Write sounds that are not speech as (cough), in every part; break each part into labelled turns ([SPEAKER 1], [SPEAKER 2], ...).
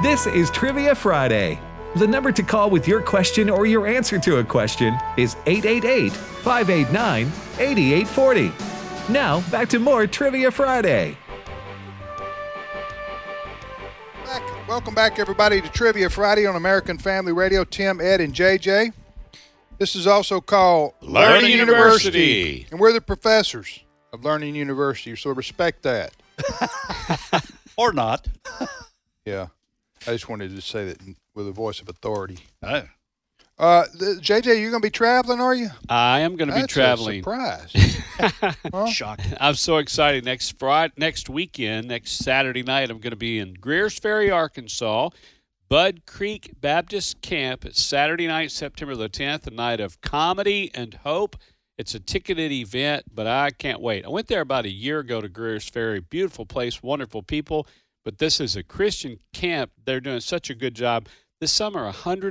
[SPEAKER 1] This is Trivia Friday. The number to call with your question or your answer to a question is 888 589 8840. Now, back to more Trivia Friday.
[SPEAKER 2] Back. Welcome back, everybody, to Trivia Friday on American Family Radio. Tim, Ed, and JJ. This is also called
[SPEAKER 3] Learning University.
[SPEAKER 2] and we're the professors of Learning University, so respect that.
[SPEAKER 3] Or not.
[SPEAKER 2] (laughs) Yeah, I just wanted to say that with a voice of authority.
[SPEAKER 3] I,
[SPEAKER 2] Uh, the, JJ, you going to be traveling, are you?
[SPEAKER 4] I am going to be
[SPEAKER 2] That's a
[SPEAKER 4] traveling.
[SPEAKER 2] surprise.
[SPEAKER 3] Shocking.
[SPEAKER 4] (laughs) I'm so excited. Next Friday, next weekend, next Saturday night, I'm going to be in Greers Ferry, Arkansas, Bud Creek Baptist Camp. It's Saturday night, September the 10th, a night of comedy and hope. It's a ticketed event, but I can't wait. I went there about a year ago to Greers Ferry. Beautiful place, wonderful people. But this is a Christian camp. They're doing such a good job. This summer,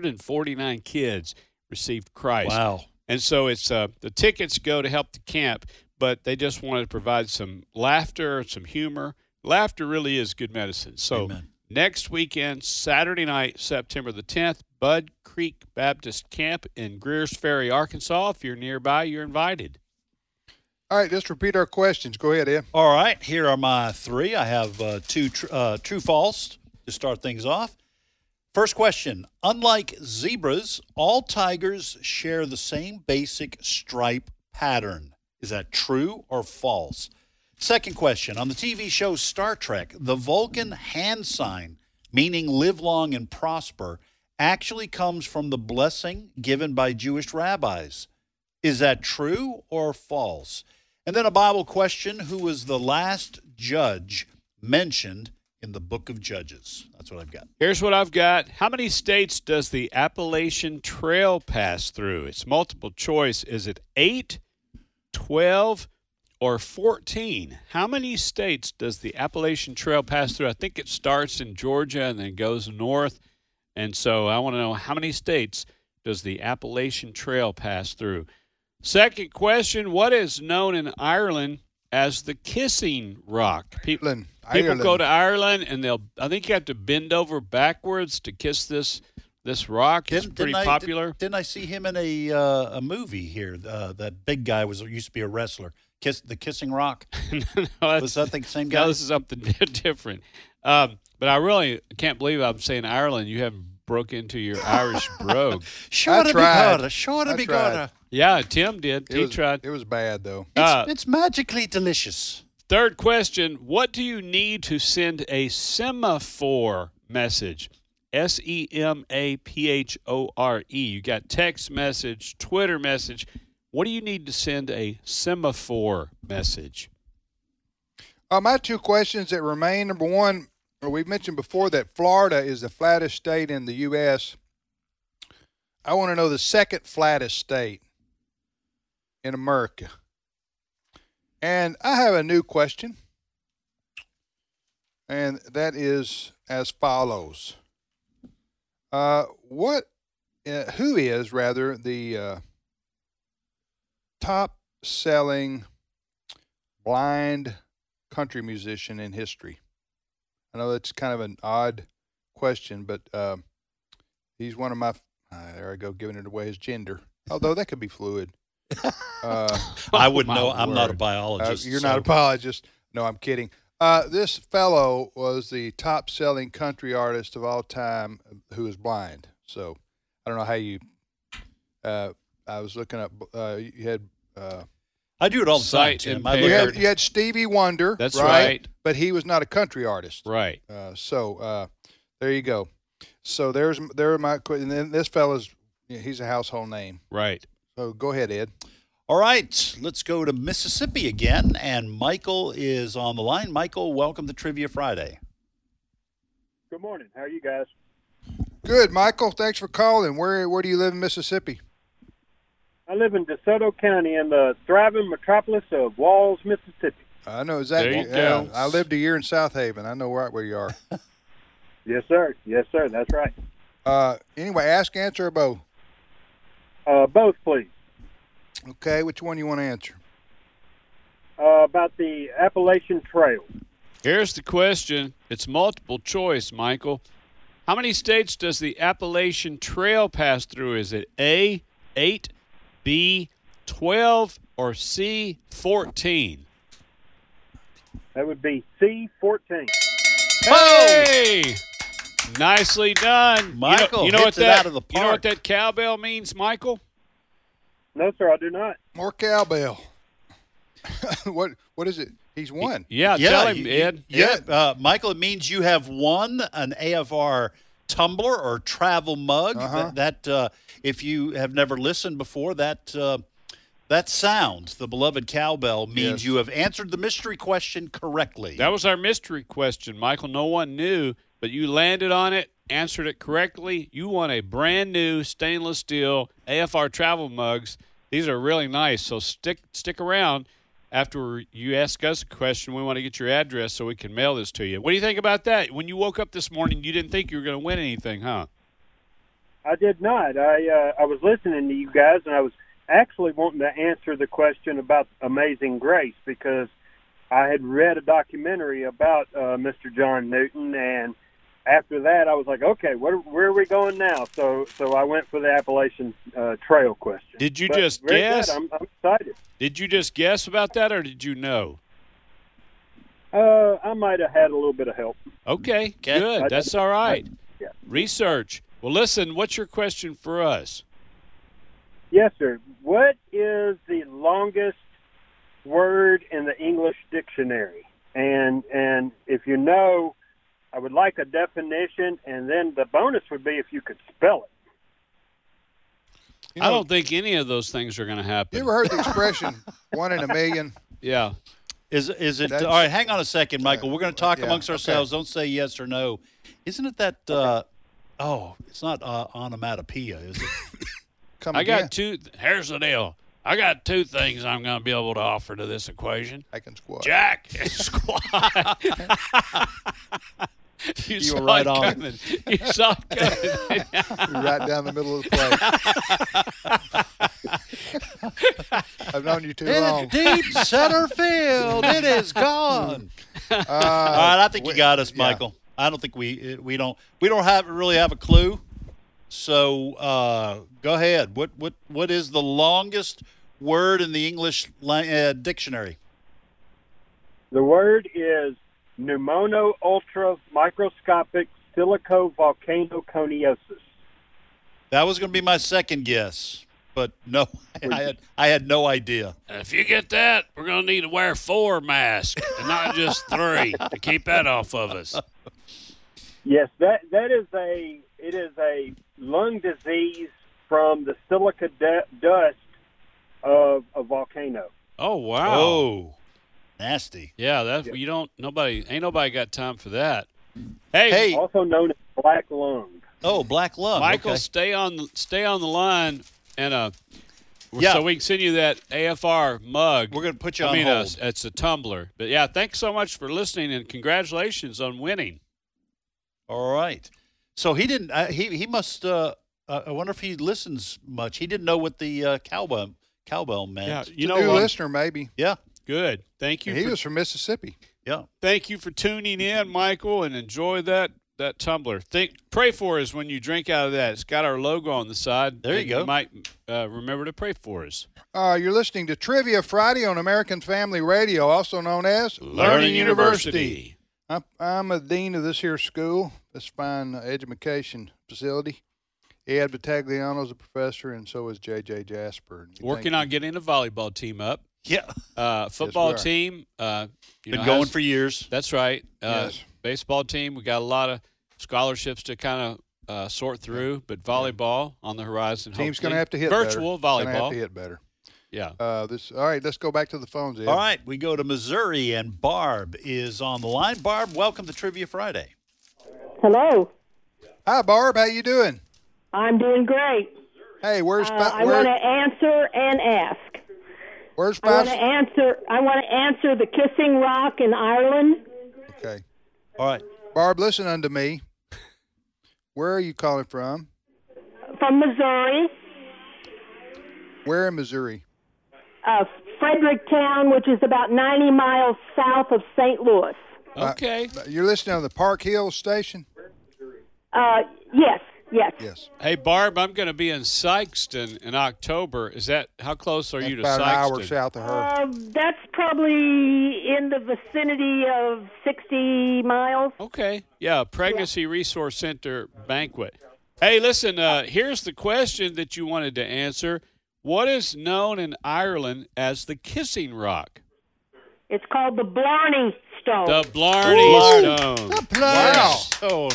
[SPEAKER 4] 149 kids received Christ.
[SPEAKER 3] Wow.
[SPEAKER 4] And so it's uh, the tickets go to help the camp, but they just wanted to provide some laughter, some humor. Laughter really is good medicine. So
[SPEAKER 3] Amen.
[SPEAKER 4] next weekend, Saturday night, September the 10th, Bud Creek Baptist Camp in Greers Ferry, Arkansas. If you're nearby, you're invited.
[SPEAKER 2] All right, let's repeat our questions. Go ahead, Ed.
[SPEAKER 3] All right, here are my three. I have uh, two tr- uh, true false to start things off. First question Unlike zebras, all tigers share the same basic stripe pattern. Is that true or false? Second question On the TV show Star Trek, the Vulcan hand sign, meaning live long and prosper, actually comes from the blessing given by Jewish rabbis. Is that true or false? And then a Bible question Who was the last judge mentioned in the book of Judges? That's what I've got.
[SPEAKER 4] Here's what I've got. How many states does the Appalachian Trail pass through? It's multiple choice. Is it 8, 12, or 14? How many states does the Appalachian Trail pass through? I think it starts in Georgia and then goes north. And so I want to know how many states does the Appalachian Trail pass through? Second question What is known in Ireland as the Kissing Rock? Pe-
[SPEAKER 2] Ireland,
[SPEAKER 4] People
[SPEAKER 2] Ireland.
[SPEAKER 4] go to Ireland and they'll. I think you have to bend over backwards to kiss this this rock. it's pretty
[SPEAKER 3] I-
[SPEAKER 4] popular. (laughs)
[SPEAKER 3] didn't I see him in a uh, a movie here? Uh, that big guy was used to be a wrestler. Kiss the Kissing Rock.
[SPEAKER 4] (laughs) no, that's-
[SPEAKER 3] Was that the same guy?
[SPEAKER 4] no, this is something (laughs) different. Um, but I really can't believe I'm saying Ireland. You haven't broke into your Irish
[SPEAKER 3] (laughs)
[SPEAKER 4] brogue.
[SPEAKER 3] Shorter be
[SPEAKER 2] tried.
[SPEAKER 3] harder, shorter
[SPEAKER 2] I
[SPEAKER 3] be
[SPEAKER 2] tried.
[SPEAKER 3] harder.
[SPEAKER 4] Yeah, Tim did.
[SPEAKER 2] It
[SPEAKER 4] he
[SPEAKER 2] was,
[SPEAKER 4] tried.
[SPEAKER 2] It was bad, though.
[SPEAKER 3] It's,
[SPEAKER 4] Uh,
[SPEAKER 3] it's magically delicious.
[SPEAKER 4] Third question What do you need to send a semaphore message? S E M A P H O R E. You got text message, Twitter message. What do you need to send a semaphore message?
[SPEAKER 2] Uh, my two questions that remain number one, well, we've mentioned before that Florida is the flattest state in the U.S. I want to know the second flattest state in America. And I have a new question, and that is as follows uh, What, uh, who is rather the uh, top selling blind country musician in history? I know that's kind of an odd question, but um he's one of my. Uh, there I go, giving it away his gender. Although that could be fluid. Uh,
[SPEAKER 3] I
[SPEAKER 4] Oh,
[SPEAKER 3] wouldn't
[SPEAKER 4] my
[SPEAKER 3] know. I'm not a
[SPEAKER 4] word.
[SPEAKER 2] uh,
[SPEAKER 3] biologist.
[SPEAKER 2] you're not a
[SPEAKER 3] so-
[SPEAKER 2] apologist. No, I'm kidding. Uh, this fellow was the top selling country artist of all time who is blind. So I don't know how you. Uh, I was looking up. Uh, you had. Uh,
[SPEAKER 3] I do it all the time.
[SPEAKER 4] Sight
[SPEAKER 3] Tim. I
[SPEAKER 2] you
[SPEAKER 3] look
[SPEAKER 4] impaired.
[SPEAKER 2] had
[SPEAKER 3] at-
[SPEAKER 2] you had Stevie Wonder.
[SPEAKER 4] That's right.
[SPEAKER 2] But he was not a country artist.
[SPEAKER 4] Right.
[SPEAKER 2] Uh, so uh, there you go. So there's there are my que- and then this fella's yeah, he's a household name.
[SPEAKER 4] Right.
[SPEAKER 2] So go ahead, Ed.
[SPEAKER 3] All right, let's go to Mississippi again, and Michael is on the line. Michael, welcome to Trivia Friday.
[SPEAKER 5] Good morning. How are you guys?
[SPEAKER 2] Good, Michael. Thanks for calling. Where where do you live in Mississippi?
[SPEAKER 5] I live in DeSoto County in the thriving metropolis of Walls, Mississippi.
[SPEAKER 2] I know exactly.
[SPEAKER 4] There you
[SPEAKER 2] uh,
[SPEAKER 4] go.
[SPEAKER 2] I lived a year in South Haven. I know right where you are.
[SPEAKER 5] Yes, sir. Yes, sir. That's right.
[SPEAKER 2] Uh, anyway, ask, answer, or both.
[SPEAKER 5] Uh, both, please.
[SPEAKER 2] Okay, which one you want to answer?
[SPEAKER 5] Uh, about the Appalachian Trail.
[SPEAKER 4] Here's the question. It's multiple choice, Michael. How many states does the Appalachian Trail pass through? Is it A, 8, B, 12, or C, 14?
[SPEAKER 5] That would be C14.
[SPEAKER 4] Hey! Nicely done. You know-
[SPEAKER 3] Michael
[SPEAKER 4] you know,
[SPEAKER 3] hits
[SPEAKER 4] what
[SPEAKER 3] it
[SPEAKER 4] that,
[SPEAKER 3] out of the
[SPEAKER 4] You know
[SPEAKER 3] park.
[SPEAKER 4] what that cowbell means, Michael?
[SPEAKER 5] No, sir, I do not.
[SPEAKER 2] More cowbell. (laughs) what what is it? He's won.
[SPEAKER 4] Yeah, Uh, tell him,
[SPEAKER 3] you- you-
[SPEAKER 4] Ed.
[SPEAKER 3] Yeah, uh, Michael, it means you have won an AFR tumbler or travel mug.
[SPEAKER 2] Uh-huh.
[SPEAKER 3] Th- That, uh, if you have never listened before, that uh, that sound, the beloved cowbell, means
[SPEAKER 2] Yes.
[SPEAKER 3] you have answered the mystery question correctly.
[SPEAKER 4] That was our mystery question, Michael. No one knew, but you landed on it, answered it correctly. You won a brand new stainless steel AFR travel mugs. These are really nice, so stick stick around. After you ask us a question, we want to get your address so we can mail this to you. What do you think about that? When you woke up this morning, you didn't think you were going to win anything, huh?
[SPEAKER 5] I did not. I uh, I was listening to you guys, and I was actually wanting to answer the question about Amazing Grace because I had read a documentary about uh, Mr. John Newton, and after that, I was like, okay, what, where are we going now? So so I went for the Appalachian uh, Trail question.
[SPEAKER 4] Did you
[SPEAKER 5] But
[SPEAKER 4] just
[SPEAKER 5] very
[SPEAKER 4] guess?
[SPEAKER 5] Good. I'm, I'm excited.
[SPEAKER 4] Did you just guess about that, or did you know?
[SPEAKER 5] Uh, I might have had a little bit of help.
[SPEAKER 4] Okay,
[SPEAKER 3] Okay.
[SPEAKER 4] good. That's all right.
[SPEAKER 5] Yeah.
[SPEAKER 4] Research. Well, listen. What's your question for us?
[SPEAKER 5] Yes, sir. What is the longest word in the English dictionary? And and if you know, I would like a definition, and then the bonus would be if you could spell it.
[SPEAKER 2] You,
[SPEAKER 4] I
[SPEAKER 2] know,
[SPEAKER 4] don't think any of those things are going to happen.
[SPEAKER 2] you ever heard the expression (laughs) one in a million?
[SPEAKER 4] yeah.
[SPEAKER 3] Is is it
[SPEAKER 2] That's-
[SPEAKER 3] all right? Hang on a second, Michael. We're going to talk
[SPEAKER 2] Yeah,
[SPEAKER 3] amongst
[SPEAKER 2] okay.
[SPEAKER 3] ourselves. Don't say yes or no. Isn't it that? Uh, oh, it's not uh, onomatopoeia, is it?
[SPEAKER 2] Come
[SPEAKER 4] I
[SPEAKER 2] again.
[SPEAKER 4] got two. Here's the deal. I got two things I'm going to be able to offer to this equation.
[SPEAKER 2] I can squat.
[SPEAKER 4] Jack and squat. you, saw
[SPEAKER 3] right
[SPEAKER 4] it
[SPEAKER 3] on it.
[SPEAKER 4] coming. You saw it coming.
[SPEAKER 2] right down the middle of the plate. I've known you too long.
[SPEAKER 3] It's deep center field.
[SPEAKER 2] (laughs)
[SPEAKER 3] It is gone. All
[SPEAKER 2] Uh,
[SPEAKER 3] right, I think you got us,
[SPEAKER 2] yeah.
[SPEAKER 3] Michael. I don't think we uh, we don't we don't have really have a clue. So uh, go ahead. What what what is the longest word in the English lang- uh, dictionary?
[SPEAKER 5] The word is pneumono ultra microscopic silico volcano coniosis.
[SPEAKER 3] That was going to be my second guess, but no, (laughs) I had I had no idea.
[SPEAKER 4] if you get that, we're going to need to wear four masks and not just three to keep that off of us.
[SPEAKER 5] Yes, that that is a it is a lung disease from the silica du- dust of a volcano.
[SPEAKER 4] Oh wow.
[SPEAKER 3] Oh, nasty.
[SPEAKER 4] Yeah, that you don't. Nobody ain't nobody got time for that. Hey,
[SPEAKER 3] Hey,
[SPEAKER 5] also known as black lung.
[SPEAKER 3] Oh, black lung.
[SPEAKER 4] Michael,
[SPEAKER 3] okay.
[SPEAKER 4] stay on the stay on the line, and uh,
[SPEAKER 3] Yeah.
[SPEAKER 4] so we can send you that AFR mug.
[SPEAKER 3] We're going to put you on
[SPEAKER 4] I mean,
[SPEAKER 3] hold.
[SPEAKER 4] uh, it's a tumbler. But yeah, thanks so much for listening, and congratulations on winning.
[SPEAKER 3] All right. So he didn't. Uh, he he must. Uh, uh, I wonder if he listens much. He didn't know what the uh, cowbell cowbell meant.
[SPEAKER 4] you
[SPEAKER 2] new
[SPEAKER 4] know what?
[SPEAKER 2] listener, maybe.
[SPEAKER 3] Yeah.
[SPEAKER 4] Good. Thank you.
[SPEAKER 2] he
[SPEAKER 4] for,
[SPEAKER 2] was from Mississippi.
[SPEAKER 3] Yeah.
[SPEAKER 4] thank you for tuning in, Michael, and enjoy that that tumbler. Think pray for us when you drink out of that. It's got our logo on the side.
[SPEAKER 3] There you
[SPEAKER 4] and
[SPEAKER 3] go.
[SPEAKER 4] You might uh, remember to pray for us.
[SPEAKER 2] Uh, you're listening to Trivia Friday on American Family Radio, also known as I'm, I'm a dean of this here school, this fine uh, education facility. Ed Battagliano is a professor, and so is J.J. Jasper. And we
[SPEAKER 4] Working
[SPEAKER 2] thank
[SPEAKER 4] on getting a volleyball team up.
[SPEAKER 3] Yeah.
[SPEAKER 4] Uh, football
[SPEAKER 2] we are.
[SPEAKER 4] team. Uh, you
[SPEAKER 3] Been
[SPEAKER 4] know,
[SPEAKER 3] going
[SPEAKER 4] has-
[SPEAKER 3] for years.
[SPEAKER 4] That's right. Uh,
[SPEAKER 2] Yes.
[SPEAKER 4] Baseball team. We got a lot of scholarships to kind of uh, sort through, but volleyball on the horizon.
[SPEAKER 2] you. Team's
[SPEAKER 4] hopefully.
[SPEAKER 2] going to have to hit
[SPEAKER 4] virtual
[SPEAKER 2] better. Gonna have to
[SPEAKER 4] volleyball.
[SPEAKER 2] hit better.
[SPEAKER 4] Yeah.
[SPEAKER 2] Uh, this all right. Let's go back to the phones. Ed.
[SPEAKER 3] All right. We go to Missouri, and Barb is on the line. Barb, welcome to Trivia Friday.
[SPEAKER 6] Hello.
[SPEAKER 2] Hi, Barb. How you doing?
[SPEAKER 6] I'm doing great.
[SPEAKER 2] Hey, where's
[SPEAKER 6] Uh,
[SPEAKER 2] Fi-
[SPEAKER 6] I
[SPEAKER 2] where,
[SPEAKER 6] want to answer and ask.
[SPEAKER 2] where's
[SPEAKER 6] I want to
[SPEAKER 2] five?
[SPEAKER 6] answer. I want to answer the Kissing Rock in Ireland.
[SPEAKER 2] Okay,
[SPEAKER 3] All right.
[SPEAKER 2] Barb. Listen unto me. Where are you calling from?
[SPEAKER 6] From Missouri,
[SPEAKER 2] Where in Missouri?
[SPEAKER 6] uh, Fredericktown, which is about 90 miles south of St. Louis.
[SPEAKER 4] Okay.
[SPEAKER 2] You're listening on the Park Hill station?
[SPEAKER 6] Uh, yes, yes.
[SPEAKER 2] Yes.
[SPEAKER 4] Hey Barb, I'm going to be in Sykeston in October. Is that how close are you to
[SPEAKER 2] About an hour
[SPEAKER 4] Sykeston?
[SPEAKER 2] south of her.
[SPEAKER 6] Uh, that's probably in the vicinity of 60 miles.
[SPEAKER 4] Okay. Yeah, Pregnancy Resource Center banquet. Hey, listen, uh, here's the question that you wanted to answer. What is known in Ireland as the Kissing Rock?
[SPEAKER 6] It's called the Blarney Stone.
[SPEAKER 4] The Blarney Stone.
[SPEAKER 2] Wow.
[SPEAKER 3] Stone.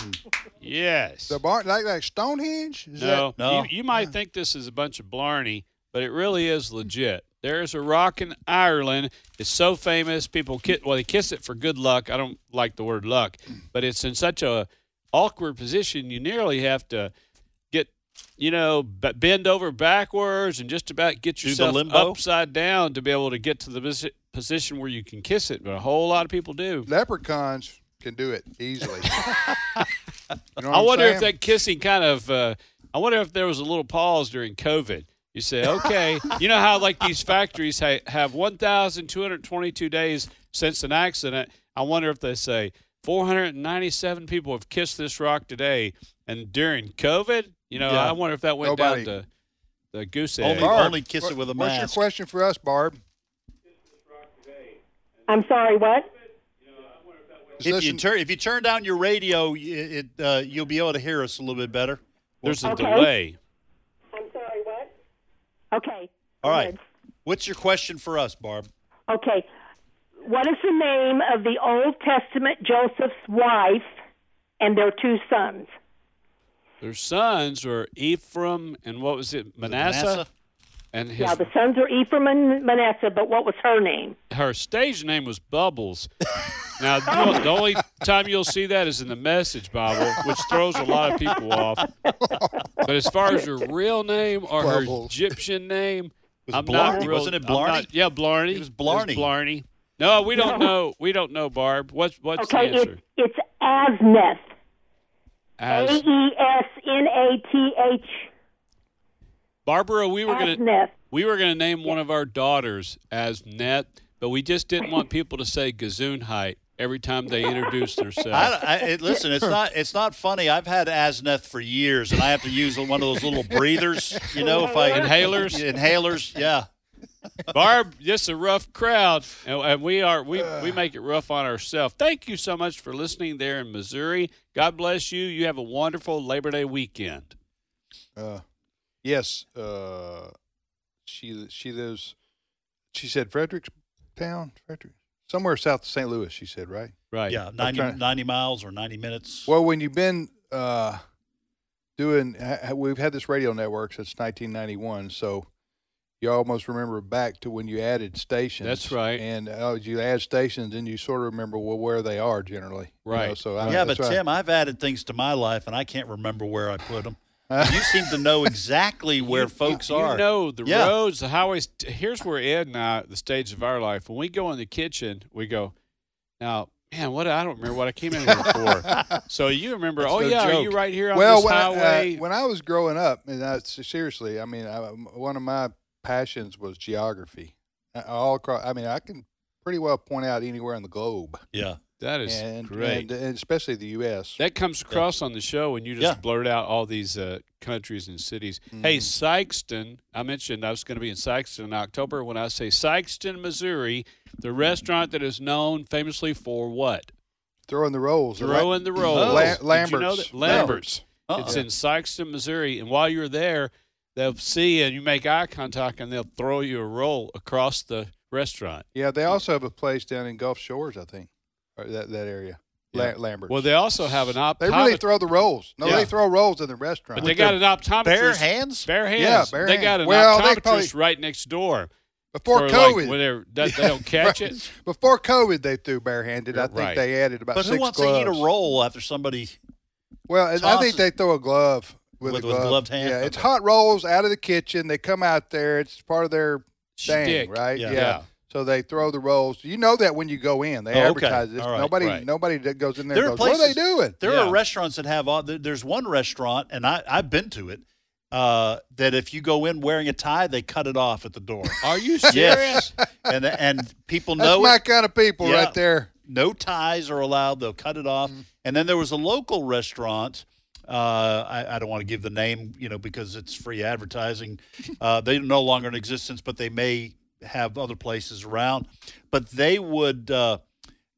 [SPEAKER 4] Yes.
[SPEAKER 2] The barn, like, like Stonehenge? Is
[SPEAKER 4] no,
[SPEAKER 3] No.
[SPEAKER 4] You, you might think this is a bunch of Blarney, but it really is legit. There is a rock in Ireland. It's so famous. People kiss, well, they kiss it for good luck. I don't like the word luck, but it's in such a awkward position. You nearly have to get, you know, b- bend over backwards and just about get
[SPEAKER 3] Do the
[SPEAKER 4] yourself
[SPEAKER 3] limbo?
[SPEAKER 4] upside down to be able to get to the posi- position where you can kiss it. But a whole lot of people do.
[SPEAKER 2] that- leprechauns can do it easily. You know what
[SPEAKER 4] I
[SPEAKER 2] I'm
[SPEAKER 4] wonder if
[SPEAKER 2] saying?
[SPEAKER 4] that kissing kind of. Uh, I wonder if there was a little pause during COVID. You say, okay, you know how like these factories ha- have 1,222 days since an accident. I wonder if they say 497 people have kissed this rock today, and during COVID, you know,
[SPEAKER 3] Yeah.
[SPEAKER 4] I wonder if that went
[SPEAKER 2] Nobody.
[SPEAKER 4] down to the goose egg.
[SPEAKER 3] Only,
[SPEAKER 2] Barb,
[SPEAKER 3] only kiss it with a
[SPEAKER 2] What's
[SPEAKER 3] mask.
[SPEAKER 2] your question for us, Barb?
[SPEAKER 6] I'm sorry, what?
[SPEAKER 2] Just
[SPEAKER 3] If you
[SPEAKER 2] listen-
[SPEAKER 3] turn if you turn down your radio, y- it uh, you'll be able to hear us a little bit better.
[SPEAKER 4] There's a
[SPEAKER 6] Okay.
[SPEAKER 4] delay.
[SPEAKER 6] I'm sorry, what? Okay.
[SPEAKER 3] All right. What's your question for us, Barb?
[SPEAKER 6] Okay. What is the name of the Old Testament Joseph's wife and their two sons?
[SPEAKER 4] Their sons were Ephraim and what was it, Manasseh, and his
[SPEAKER 6] Yeah, the sons are Ephraim and Manasseh, but what was her name?
[SPEAKER 4] her stage name was Bubbles. Now, the the only time you'll see that is in the message Bible, which throws a lot of people off. But as far as her real name or her
[SPEAKER 2] Bubbles.
[SPEAKER 4] Egyptian name,
[SPEAKER 3] Was
[SPEAKER 4] I'm
[SPEAKER 3] Blarney-
[SPEAKER 4] not real,
[SPEAKER 3] wasn't it
[SPEAKER 4] I'm
[SPEAKER 3] Blarney?
[SPEAKER 4] not- yeah, Blarney.
[SPEAKER 3] It was Blarney.
[SPEAKER 4] Blarney. No, we don't know. We don't know, Barb. What's what's
[SPEAKER 6] Okay,
[SPEAKER 4] the answer?
[SPEAKER 6] it's it's Asneth. A
[SPEAKER 4] As
[SPEAKER 6] E S N A T H.
[SPEAKER 4] Barbara, we were gonna
[SPEAKER 6] Asneth.
[SPEAKER 4] we were gonna name one of our daughters as Net, but we just didn't want people to say Gazoon height every time
[SPEAKER 3] (laughs)
[SPEAKER 4] they introduced themselves.
[SPEAKER 3] I, I, it- listen, it's not it's not funny. I've had Asneth for years, and I have to use one of those little breathers, you know, if I
[SPEAKER 4] Inhalers?
[SPEAKER 3] inhalers. Yeah,
[SPEAKER 4] Barb, just a rough crowd, and, and we are we we make it rough on ourselves. Thank you so much for listening there in Missouri. God bless you. You have a wonderful Labor Day weekend.
[SPEAKER 2] Uh, yes. Uh, she she lives. She said Fredericktown, Frederick, somewhere south of St. Louis. She said right.
[SPEAKER 4] Right.
[SPEAKER 3] yeah, 90,
[SPEAKER 2] Okay.
[SPEAKER 3] 90 miles or ninety minutes.
[SPEAKER 2] Well, when you've been uh, doing, ha- ha- we've had this radio network since 1991, so you almost remember back to when you added stations.
[SPEAKER 4] That's right.
[SPEAKER 2] And uh, you add stations, and you sort of remember well, where they are generally. you know,
[SPEAKER 4] Right.
[SPEAKER 2] so I,
[SPEAKER 3] yeah,
[SPEAKER 2] uh, that's
[SPEAKER 3] but
[SPEAKER 2] why-
[SPEAKER 3] Tim, I've added things to my life, and I can't remember where I put them. you seem to know exactly where folks
[SPEAKER 4] (laughs) you
[SPEAKER 3] are.
[SPEAKER 4] know the
[SPEAKER 3] Yeah.
[SPEAKER 4] roads, the highways. T- Here's where Ed and I, the stage of our life, when we go in the kitchen, we go, now, man, what I don't remember what I came in here for.
[SPEAKER 2] (laughs)
[SPEAKER 4] so you remember? oh
[SPEAKER 2] no
[SPEAKER 4] yeah, are
[SPEAKER 2] joke.
[SPEAKER 4] you right here on
[SPEAKER 2] well,
[SPEAKER 4] this
[SPEAKER 2] when I, uh,
[SPEAKER 4] highway?
[SPEAKER 2] when I was growing up, and I, seriously, I mean, I, one of my passions was geography. Uh, All across, I mean, I can pretty well point out anywhere in the globe,
[SPEAKER 3] Yeah,
[SPEAKER 4] that is
[SPEAKER 2] and,
[SPEAKER 4] great.
[SPEAKER 2] and and especially the U.S.
[SPEAKER 4] That comes across on the show when you just
[SPEAKER 3] Yeah.
[SPEAKER 4] blurt out all these uh, countries and cities. Hey, Sykeston, I mentioned I was going to be in Sykeston in October. When I say Sykeston, Missouri, the restaurant that is known famously for what?
[SPEAKER 2] Throwing the rolls, I like-
[SPEAKER 4] Throwing the rolls.
[SPEAKER 3] Oh.
[SPEAKER 2] La-
[SPEAKER 4] Did you know
[SPEAKER 2] Lambert's.
[SPEAKER 4] that? Lambert's.
[SPEAKER 3] Uh-uh.
[SPEAKER 4] It's in Sykeston, Missouri. And while you're there, they'll see you and you make eye contact and they'll throw you a roll across the restaurant.
[SPEAKER 2] Yeah, they also have a place down in Gulf Shores, I think, or that that area. La- Lambert.
[SPEAKER 4] Well, they also have an op.
[SPEAKER 2] they really throw the rolls. No,
[SPEAKER 4] Yeah.
[SPEAKER 2] they throw rolls in the restaurant.
[SPEAKER 4] But they got an optometrist.
[SPEAKER 3] bare hands.
[SPEAKER 4] Bare hands.
[SPEAKER 2] Yeah, bare
[SPEAKER 4] they
[SPEAKER 2] hands.
[SPEAKER 4] got an
[SPEAKER 2] Well, they
[SPEAKER 4] optometrist
[SPEAKER 2] probably-
[SPEAKER 4] right next door.
[SPEAKER 2] before
[SPEAKER 4] Or,
[SPEAKER 2] COVID.
[SPEAKER 4] like, whenever that,
[SPEAKER 2] (laughs)
[SPEAKER 4] they don't catch it.
[SPEAKER 2] Before COVID, they threw barehanded. I
[SPEAKER 4] You're
[SPEAKER 2] think
[SPEAKER 4] right.
[SPEAKER 2] they added about
[SPEAKER 3] But
[SPEAKER 2] six
[SPEAKER 3] who wants
[SPEAKER 2] gloves.
[SPEAKER 3] to eat a roll after somebody?
[SPEAKER 2] Well, and I think
[SPEAKER 3] Tosses-
[SPEAKER 2] they throw a glove with,
[SPEAKER 3] With-
[SPEAKER 2] a
[SPEAKER 3] with
[SPEAKER 2] glove.
[SPEAKER 3] gloved hand?
[SPEAKER 2] Yeah, it's
[SPEAKER 3] Okay.
[SPEAKER 2] hot rolls out of the kitchen. They come out there. It's part of their thing,
[SPEAKER 4] Shtick.
[SPEAKER 2] right?
[SPEAKER 3] Yeah.
[SPEAKER 4] Yeah.
[SPEAKER 2] So they throw the rolls. You know that when you go in, they
[SPEAKER 3] Oh, okay.
[SPEAKER 2] advertise this.
[SPEAKER 3] All right,
[SPEAKER 2] nobody,
[SPEAKER 4] right.
[SPEAKER 2] nobody that goes in there,
[SPEAKER 3] There are
[SPEAKER 2] goes, "What are they
[SPEAKER 3] places-
[SPEAKER 2] doing?"
[SPEAKER 3] There
[SPEAKER 4] Yeah.
[SPEAKER 3] are restaurants that have all. there- There's one restaurant, and I I've been to it. Uh, that if you go in wearing a tie, they cut it off at the door.
[SPEAKER 4] Are you serious?
[SPEAKER 3] and and people
[SPEAKER 2] That's
[SPEAKER 3] know
[SPEAKER 2] my
[SPEAKER 3] it.
[SPEAKER 2] kind of people
[SPEAKER 3] Yeah.
[SPEAKER 2] right there.
[SPEAKER 3] no ties are allowed. They'll cut it off.
[SPEAKER 2] Mm-hmm.
[SPEAKER 3] And then there was a local restaurant. Uh, I, I don't want to give the name, you know, because it's free
[SPEAKER 2] (laughs)
[SPEAKER 3] advertising. Uh, they're no longer in existence, but they may have other places around. But they would uh,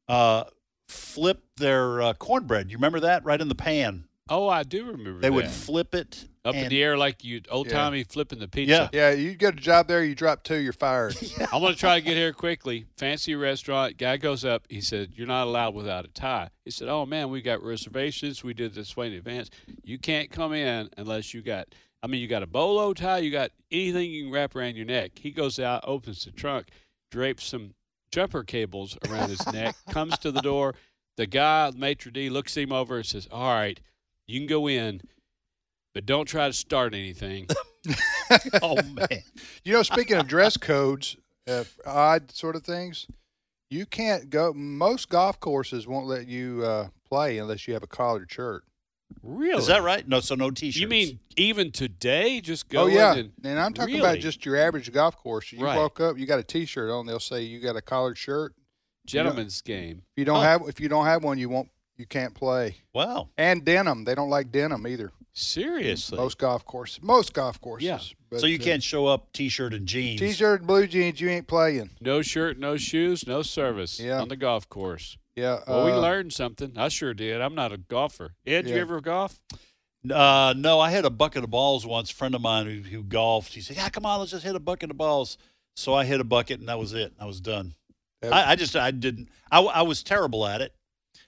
[SPEAKER 3] uh, flip their uh, cornbread. You remember that? Right in the pan.
[SPEAKER 4] Oh, I do remember.
[SPEAKER 3] They would
[SPEAKER 4] that.
[SPEAKER 3] flip it
[SPEAKER 4] up in
[SPEAKER 3] and-
[SPEAKER 4] the air like you old timey flipping the pizza.
[SPEAKER 2] Yeah,
[SPEAKER 3] Yeah.
[SPEAKER 2] you get a job there, you drop two, you're
[SPEAKER 3] (laughs)
[SPEAKER 2] fired.
[SPEAKER 4] I'm gonna try to get here quickly. Fancy restaurant. Guy goes up. He said, "You're not allowed without a tie." He said, "Oh man, we got reservations. We did this way in advance. You can't come in unless you got. I mean, you got a bolo tie. You got anything you can wrap around your neck." He goes out, opens the trunk, drapes some jumper cables around his
[SPEAKER 3] (laughs)
[SPEAKER 4] neck, comes to the door. The guy, maitre d, looks him over and says, "All right, you can go in, but don't try to start anything."
[SPEAKER 3] (laughs) Oh man.
[SPEAKER 2] You know, speaking of dress codes, uh, odd sort of things, you can't go. Most golf courses won't let you uh, play unless you have a collared shirt.
[SPEAKER 4] (laughs) really?
[SPEAKER 3] Is that right? No, so no t-shirts.
[SPEAKER 4] You mean even today? Just go
[SPEAKER 2] oh yeah,
[SPEAKER 4] in and,
[SPEAKER 2] and I'm talking about
[SPEAKER 4] Really?
[SPEAKER 2] just your average golf course. You
[SPEAKER 4] Right.
[SPEAKER 2] walk up, you got a T-shirt on. They'll say you got a collared shirt.
[SPEAKER 4] gentleman's game.
[SPEAKER 2] If you don't
[SPEAKER 3] Huh.
[SPEAKER 2] have, if you don't have one, you won't, you can't play.
[SPEAKER 3] Wow.
[SPEAKER 2] And denim, they don't like denim either.
[SPEAKER 4] Seriously.
[SPEAKER 2] Most golf courses, most golf courses.
[SPEAKER 4] Yeah.
[SPEAKER 2] But,
[SPEAKER 3] so you
[SPEAKER 2] uh,
[SPEAKER 3] can't show up t-shirt and jeans.
[SPEAKER 2] T-shirt, and blue jeans, you ain't playing.
[SPEAKER 4] No shirt, no shoes, no service
[SPEAKER 2] Yeah.
[SPEAKER 4] on the golf course.
[SPEAKER 2] Yeah.
[SPEAKER 4] Well, we
[SPEAKER 2] uh,
[SPEAKER 4] learned something. I sure did. I'm not a golfer. Ed, you
[SPEAKER 2] Yeah.
[SPEAKER 4] ever golf?
[SPEAKER 3] Uh, no, I had a bucket of balls once. A friend of mine who, who golfed, he said, "Yeah, come on, let's just hit a bucket of balls." So I hit a bucket, and that was it. I was done.
[SPEAKER 2] Yeah.
[SPEAKER 3] I, I just, I didn't. I, w- I was terrible at it.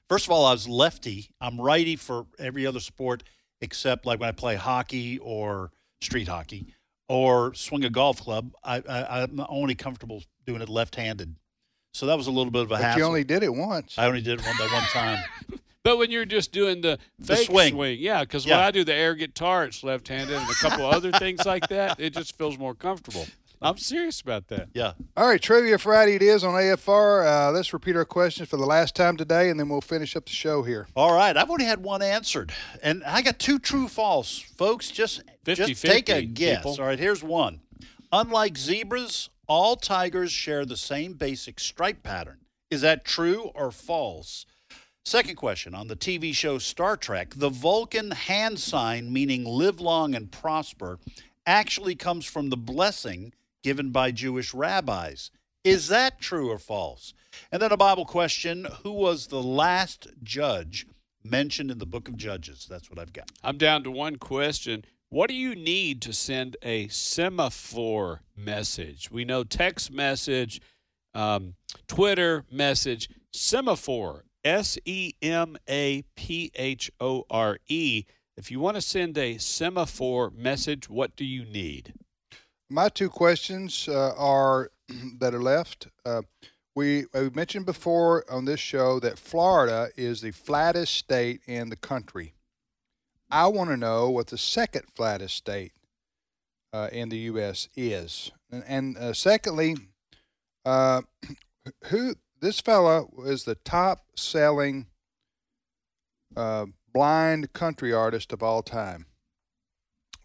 [SPEAKER 3] First of all, I was lefty. I'm righty for every other sport except like when I play hockey or street hockey or swing a golf club. I, I I'm only comfortable doing it left-handed. So that was a little bit of a
[SPEAKER 2] But
[SPEAKER 3] hassle.
[SPEAKER 2] you only did it once.
[SPEAKER 3] I only did it one that
[SPEAKER 2] (laughs)
[SPEAKER 3] one time.
[SPEAKER 4] But when you're just doing the,
[SPEAKER 3] The
[SPEAKER 4] fake
[SPEAKER 3] swing.
[SPEAKER 4] yeah, because
[SPEAKER 3] Yeah.
[SPEAKER 4] when I do the air guitar, it's left-handed and a couple other things like that. It just feels more comfortable. I'm serious about that.
[SPEAKER 3] Yeah.
[SPEAKER 2] All right, Trivia Friday it is on AFR. Uh, let's repeat our questions for the last time today, and then we'll finish up the show here.
[SPEAKER 3] All right, I've only had one answered, and I got two true false, folks. Just just
[SPEAKER 4] 50-50,
[SPEAKER 3] take a guess.
[SPEAKER 4] people.
[SPEAKER 3] All right, here's one. Unlike zebras, all tigers share the same basic stripe pattern. Is that true or false? Second question on the TV show Star Trek, the Vulcan hand sign meaning live long and prosper actually comes from the blessing given by Jewish rabbis. Is that true or false? And then a Bible question Who was the last judge mentioned in the book of Judges? That's what I've got.
[SPEAKER 4] I'm down to one question. What do you need to send a semaphore message? We know text message, um, Twitter message, semaphore, S E M A P H O R E. If you want to send a semaphore message, what do you need?
[SPEAKER 2] My two questions uh, are (clears throat) that are left. Uh, we, we mentioned before on this show that Florida is the flattest state in the country. I want to know what the second flattest state uh, in the U.S. is, and, and uh, secondly, uh, (clears throat) who this fella is the top-selling uh, blind country artist of all time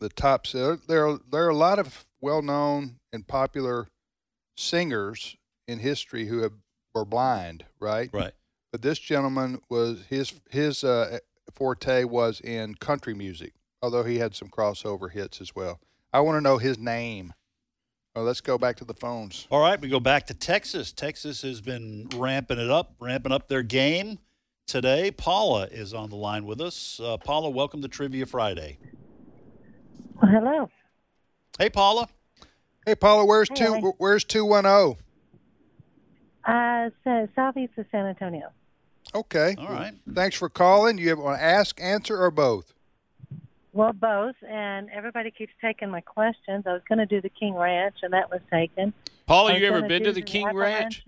[SPEAKER 2] the top. So there, are, there are a lot of well-known and popular singers in history who have, were blind, right?
[SPEAKER 3] Right.
[SPEAKER 2] But this gentleman was his his uh, forte was in country music, although he had some crossover hits as well. I want to know his name. Oh, let's go back to the phones.
[SPEAKER 3] All right, we go back to Texas. Texas has been ramping it up, ramping up their game today. Paula is on the line with us. Uh, Paula, welcome to Trivia Friday.
[SPEAKER 7] Well, hello.
[SPEAKER 3] Hey, Paula.
[SPEAKER 2] Hey, Paula, where's
[SPEAKER 7] Hey.
[SPEAKER 2] two? Where's two one oh? zero?
[SPEAKER 7] Uh, so southeast of San Antonio.
[SPEAKER 2] Okay.
[SPEAKER 3] All right.
[SPEAKER 2] Thanks for calling. You have on ask, answer, or both.
[SPEAKER 7] Well, both, and everybody keeps taking my questions. I was going to do the King Ranch, and that was taken. I
[SPEAKER 4] Paula,
[SPEAKER 7] was
[SPEAKER 4] Oh, you ever
[SPEAKER 7] gonna
[SPEAKER 4] been
[SPEAKER 7] do
[SPEAKER 4] to the King
[SPEAKER 7] Apple
[SPEAKER 4] Ranch?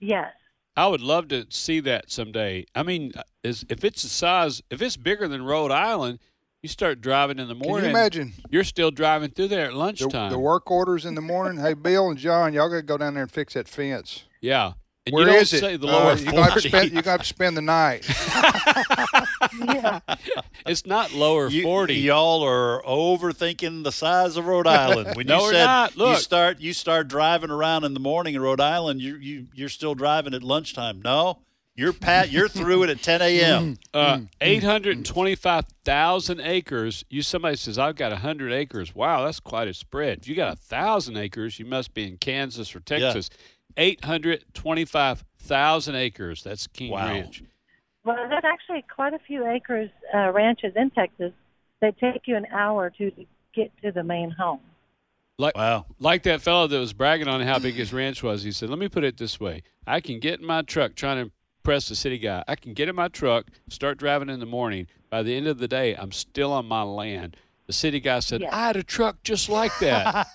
[SPEAKER 7] Yes.
[SPEAKER 4] I would love to see that someday. I mean, uh, is, if it's the size, if it's bigger than Rhode Island, you start driving in the
[SPEAKER 2] Can
[SPEAKER 4] morning.
[SPEAKER 2] you imagine
[SPEAKER 4] You're still driving through there at
[SPEAKER 2] the,
[SPEAKER 4] lunchtime.
[SPEAKER 2] the work orders in the morning? hey, Bill and John, y'all gotta go down there and fix that fence.
[SPEAKER 4] Yeah. And
[SPEAKER 2] Where
[SPEAKER 4] you don't
[SPEAKER 2] is it?
[SPEAKER 4] say the
[SPEAKER 2] Uh,
[SPEAKER 4] lower
[SPEAKER 2] you're gonna have to
[SPEAKER 4] 40.
[SPEAKER 2] spend, you're gonna have to spend the night.
[SPEAKER 7] yeah.
[SPEAKER 4] It's not lower
[SPEAKER 3] You-
[SPEAKER 4] 40.
[SPEAKER 3] Y'all are overthinking the size of
[SPEAKER 4] (laughs)
[SPEAKER 3] Rhode Island. When
[SPEAKER 4] No,
[SPEAKER 3] you
[SPEAKER 4] we're
[SPEAKER 3] said
[SPEAKER 4] not.
[SPEAKER 3] you
[SPEAKER 4] Look.
[SPEAKER 3] start you start driving around in the morning in Rhode Island, you you you're still driving at lunchtime. No, you're pat you're through it at 10
[SPEAKER 4] (laughs)
[SPEAKER 3] a.m.
[SPEAKER 2] Mm,
[SPEAKER 4] Uh, 825,000 acres. You somebody says I've got 100 acres. Wow, that's quite a spread. If you got 1,000 acres, you must be in Kansas or Texas. 825,000 acres. That's King
[SPEAKER 3] Wow.
[SPEAKER 4] Ranch.
[SPEAKER 7] Well, there's actually quite a few acres uh, ranches in Texas that take you an hour to get to the main home.
[SPEAKER 4] Like
[SPEAKER 3] Wow.
[SPEAKER 4] like that fellow that was bragging on how big his ranch was. He said, "Let me put it this way. I can get in my truck trying to impress the city guy. I can get in my truck, start driving in the morning. By the end of the day, I'm still on my land." The city guy said,
[SPEAKER 7] Yeah.
[SPEAKER 4] "I had a truck just like that."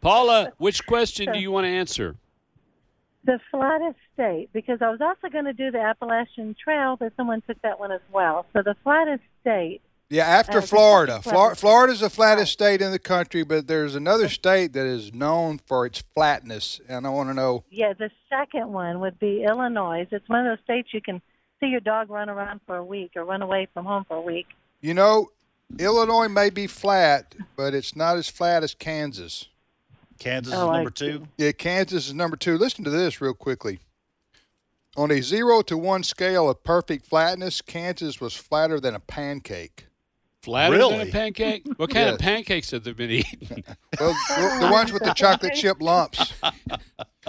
[SPEAKER 4] Paula, which question do you want to answer?
[SPEAKER 7] The flattest state, because I was also going to do the Appalachian Trail, but someone took that one as well. So the flattest state,
[SPEAKER 2] Yeah, after
[SPEAKER 7] Uh, this
[SPEAKER 2] Florida.
[SPEAKER 7] is
[SPEAKER 2] Flor-
[SPEAKER 7] flattest.
[SPEAKER 2] Florida's the flattest state in the country, but there's another state that is known for its flatness, and I want to know.
[SPEAKER 7] yeah, the second one would be Illinois. It's one of those states you can see your dog run around for a week or run away from home for a week.
[SPEAKER 2] You know, Illinois may be flat, but it's not as flat as Kansas.
[SPEAKER 3] Kansas
[SPEAKER 7] Oh,
[SPEAKER 3] is
[SPEAKER 7] I
[SPEAKER 3] number
[SPEAKER 7] see.
[SPEAKER 3] 2.
[SPEAKER 2] Yeah, Kansas is number two. Listen to this real quickly. On a zero to one scale of perfect flatness, Kansas was flatter than a pancake.
[SPEAKER 4] Flatter than
[SPEAKER 3] Really?
[SPEAKER 4] a pancake? What kind of
[SPEAKER 2] Yes.
[SPEAKER 4] pancakes have they been eating?
[SPEAKER 2] Well, the- the ones with the chocolate chip lumps.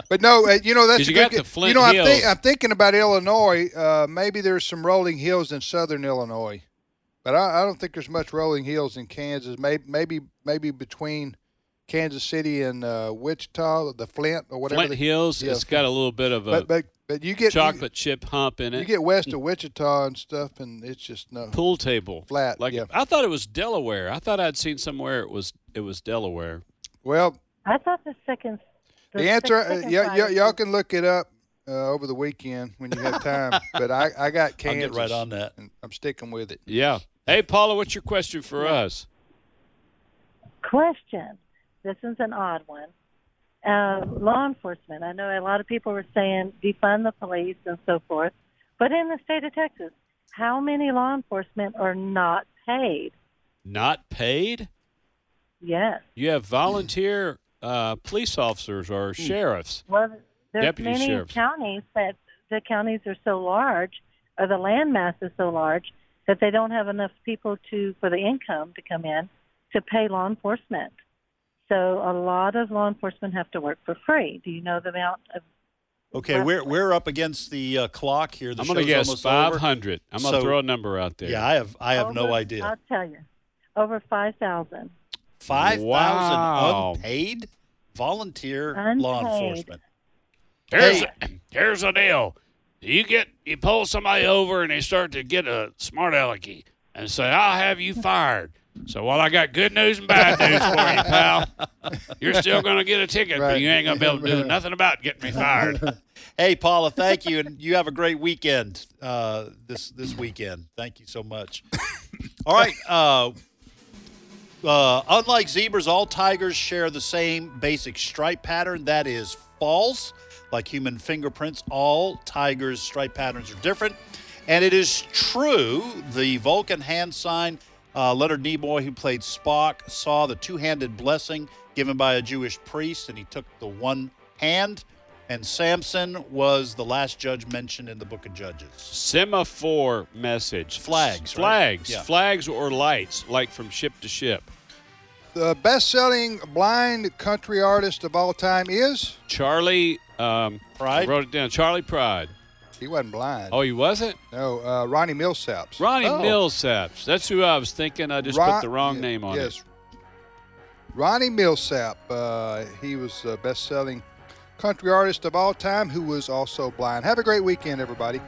[SPEAKER 2] But no, uh, you know that's
[SPEAKER 4] 'Cause
[SPEAKER 2] a
[SPEAKER 4] you
[SPEAKER 2] good
[SPEAKER 4] got
[SPEAKER 2] ge-
[SPEAKER 4] the Flint
[SPEAKER 2] you know I'm,
[SPEAKER 4] Hills.
[SPEAKER 2] I'm thinking about Illinois. Uh, maybe there's some rolling hills in southern Illinois, but I, I don't think there's much rolling hills in Kansas. Maybe maybe maybe between Kansas City and uh, Wichita, the Flint or whatever.
[SPEAKER 4] Flint
[SPEAKER 2] the-
[SPEAKER 4] Hills.
[SPEAKER 2] yeah.
[SPEAKER 4] It's got a little bit of a
[SPEAKER 2] But but but you get
[SPEAKER 4] chocolate chip hump in
[SPEAKER 2] You,
[SPEAKER 4] it.
[SPEAKER 2] you get west of Wichita and stuff, and it's just no.
[SPEAKER 4] pool table
[SPEAKER 2] Flat,
[SPEAKER 4] Like
[SPEAKER 2] yeah.
[SPEAKER 4] I thought it was Delaware. I thought I'd seen somewhere it was it was Delaware.
[SPEAKER 2] Well,
[SPEAKER 7] I thought the second.
[SPEAKER 2] The answer,
[SPEAKER 7] sec-
[SPEAKER 2] uh,
[SPEAKER 7] second
[SPEAKER 2] y- y-
[SPEAKER 7] flattest
[SPEAKER 2] y'all
[SPEAKER 7] was-
[SPEAKER 2] can look it up uh, over the weekend when you have time. but I, I got
[SPEAKER 3] I'll
[SPEAKER 2] Kansas.
[SPEAKER 3] get right on that.
[SPEAKER 2] and I'm sticking with it.
[SPEAKER 4] Yeah. Hey Paula, what's your question for us?
[SPEAKER 7] Question. This is an odd one. Uh, law enforcement. I know a lot of people were saying defund the police and so forth, but in the state of Texas, how many law enforcement are not paid?
[SPEAKER 4] Not paid?
[SPEAKER 7] Yes.
[SPEAKER 4] You have volunteer uh, police officers or
[SPEAKER 3] Hmm.
[SPEAKER 4] sheriffs.
[SPEAKER 7] Well, there's
[SPEAKER 4] Deputy
[SPEAKER 7] many
[SPEAKER 4] sheriffs.
[SPEAKER 7] counties that the counties are so large, or the land mass is so large that they don't have enough people to for the income to come in to pay law enforcement. So a lot of law enforcement have to work for free. Do you know the amount of
[SPEAKER 3] Okay, we're we're up against the uh, clock here. The
[SPEAKER 4] I'm gonna
[SPEAKER 3] show's
[SPEAKER 4] guess
[SPEAKER 3] almost
[SPEAKER 4] five
[SPEAKER 3] over.
[SPEAKER 4] hundred. I'm gonna
[SPEAKER 3] So-
[SPEAKER 4] throw a number out there.
[SPEAKER 3] Yeah, I have I have no
[SPEAKER 7] Over-
[SPEAKER 3] idea.
[SPEAKER 7] I'll tell you. Over 5,000.
[SPEAKER 3] 5,000
[SPEAKER 4] Wow.
[SPEAKER 3] unpaid volunteer law
[SPEAKER 7] Unpaid.
[SPEAKER 3] enforcement.
[SPEAKER 4] Here's
[SPEAKER 3] Hey.
[SPEAKER 4] here's the deal. You get you pull somebody over and they start to get a smart alecky and say, I'll have you fired. So while I got good news and bad news for you, pal,
[SPEAKER 3] (laughs)
[SPEAKER 4] you're still gonna get a ticket,
[SPEAKER 2] Right.
[SPEAKER 4] but you ain't gonna be able to do nothing about getting me fired.
[SPEAKER 3] Hey, Paula, thank you, and you have a great weekend uh, this this weekend. Thank you so much. All right. Uh, uh, unlike zebras, all tigers share the same basic stripe pattern. That is false. Like human fingerprints, all tigers' stripe patterns are different. And it is true. The Vulcan hand sign. Uh, Leonard Nimoy, who played Spock, saw the two-handed blessing given by a Jewish priest, and he took the one hand. And Samson was the last judge mentioned in the Book of Judges.
[SPEAKER 4] semaphore message
[SPEAKER 3] Flags, right?
[SPEAKER 4] flags
[SPEAKER 3] Yeah.
[SPEAKER 4] flags or lights like from ship to ship
[SPEAKER 2] The best-selling blind country artist of all time is
[SPEAKER 4] charlie um
[SPEAKER 3] Pride?
[SPEAKER 4] I wrote it down charlie pride
[SPEAKER 2] he wasn't blind.
[SPEAKER 4] oh he wasn't
[SPEAKER 2] No, uh, Ronnie Millsaps.
[SPEAKER 4] ronnie
[SPEAKER 3] Oh.
[SPEAKER 4] millsaps that's who i was thinking i just
[SPEAKER 2] Ron-
[SPEAKER 4] put the wrong
[SPEAKER 2] yeah,
[SPEAKER 4] name on
[SPEAKER 2] yes.
[SPEAKER 4] it
[SPEAKER 2] Ronnie Millsap. Uh, he was the best-selling country artist of all time, who was also blind. Have a great weekend, everybody.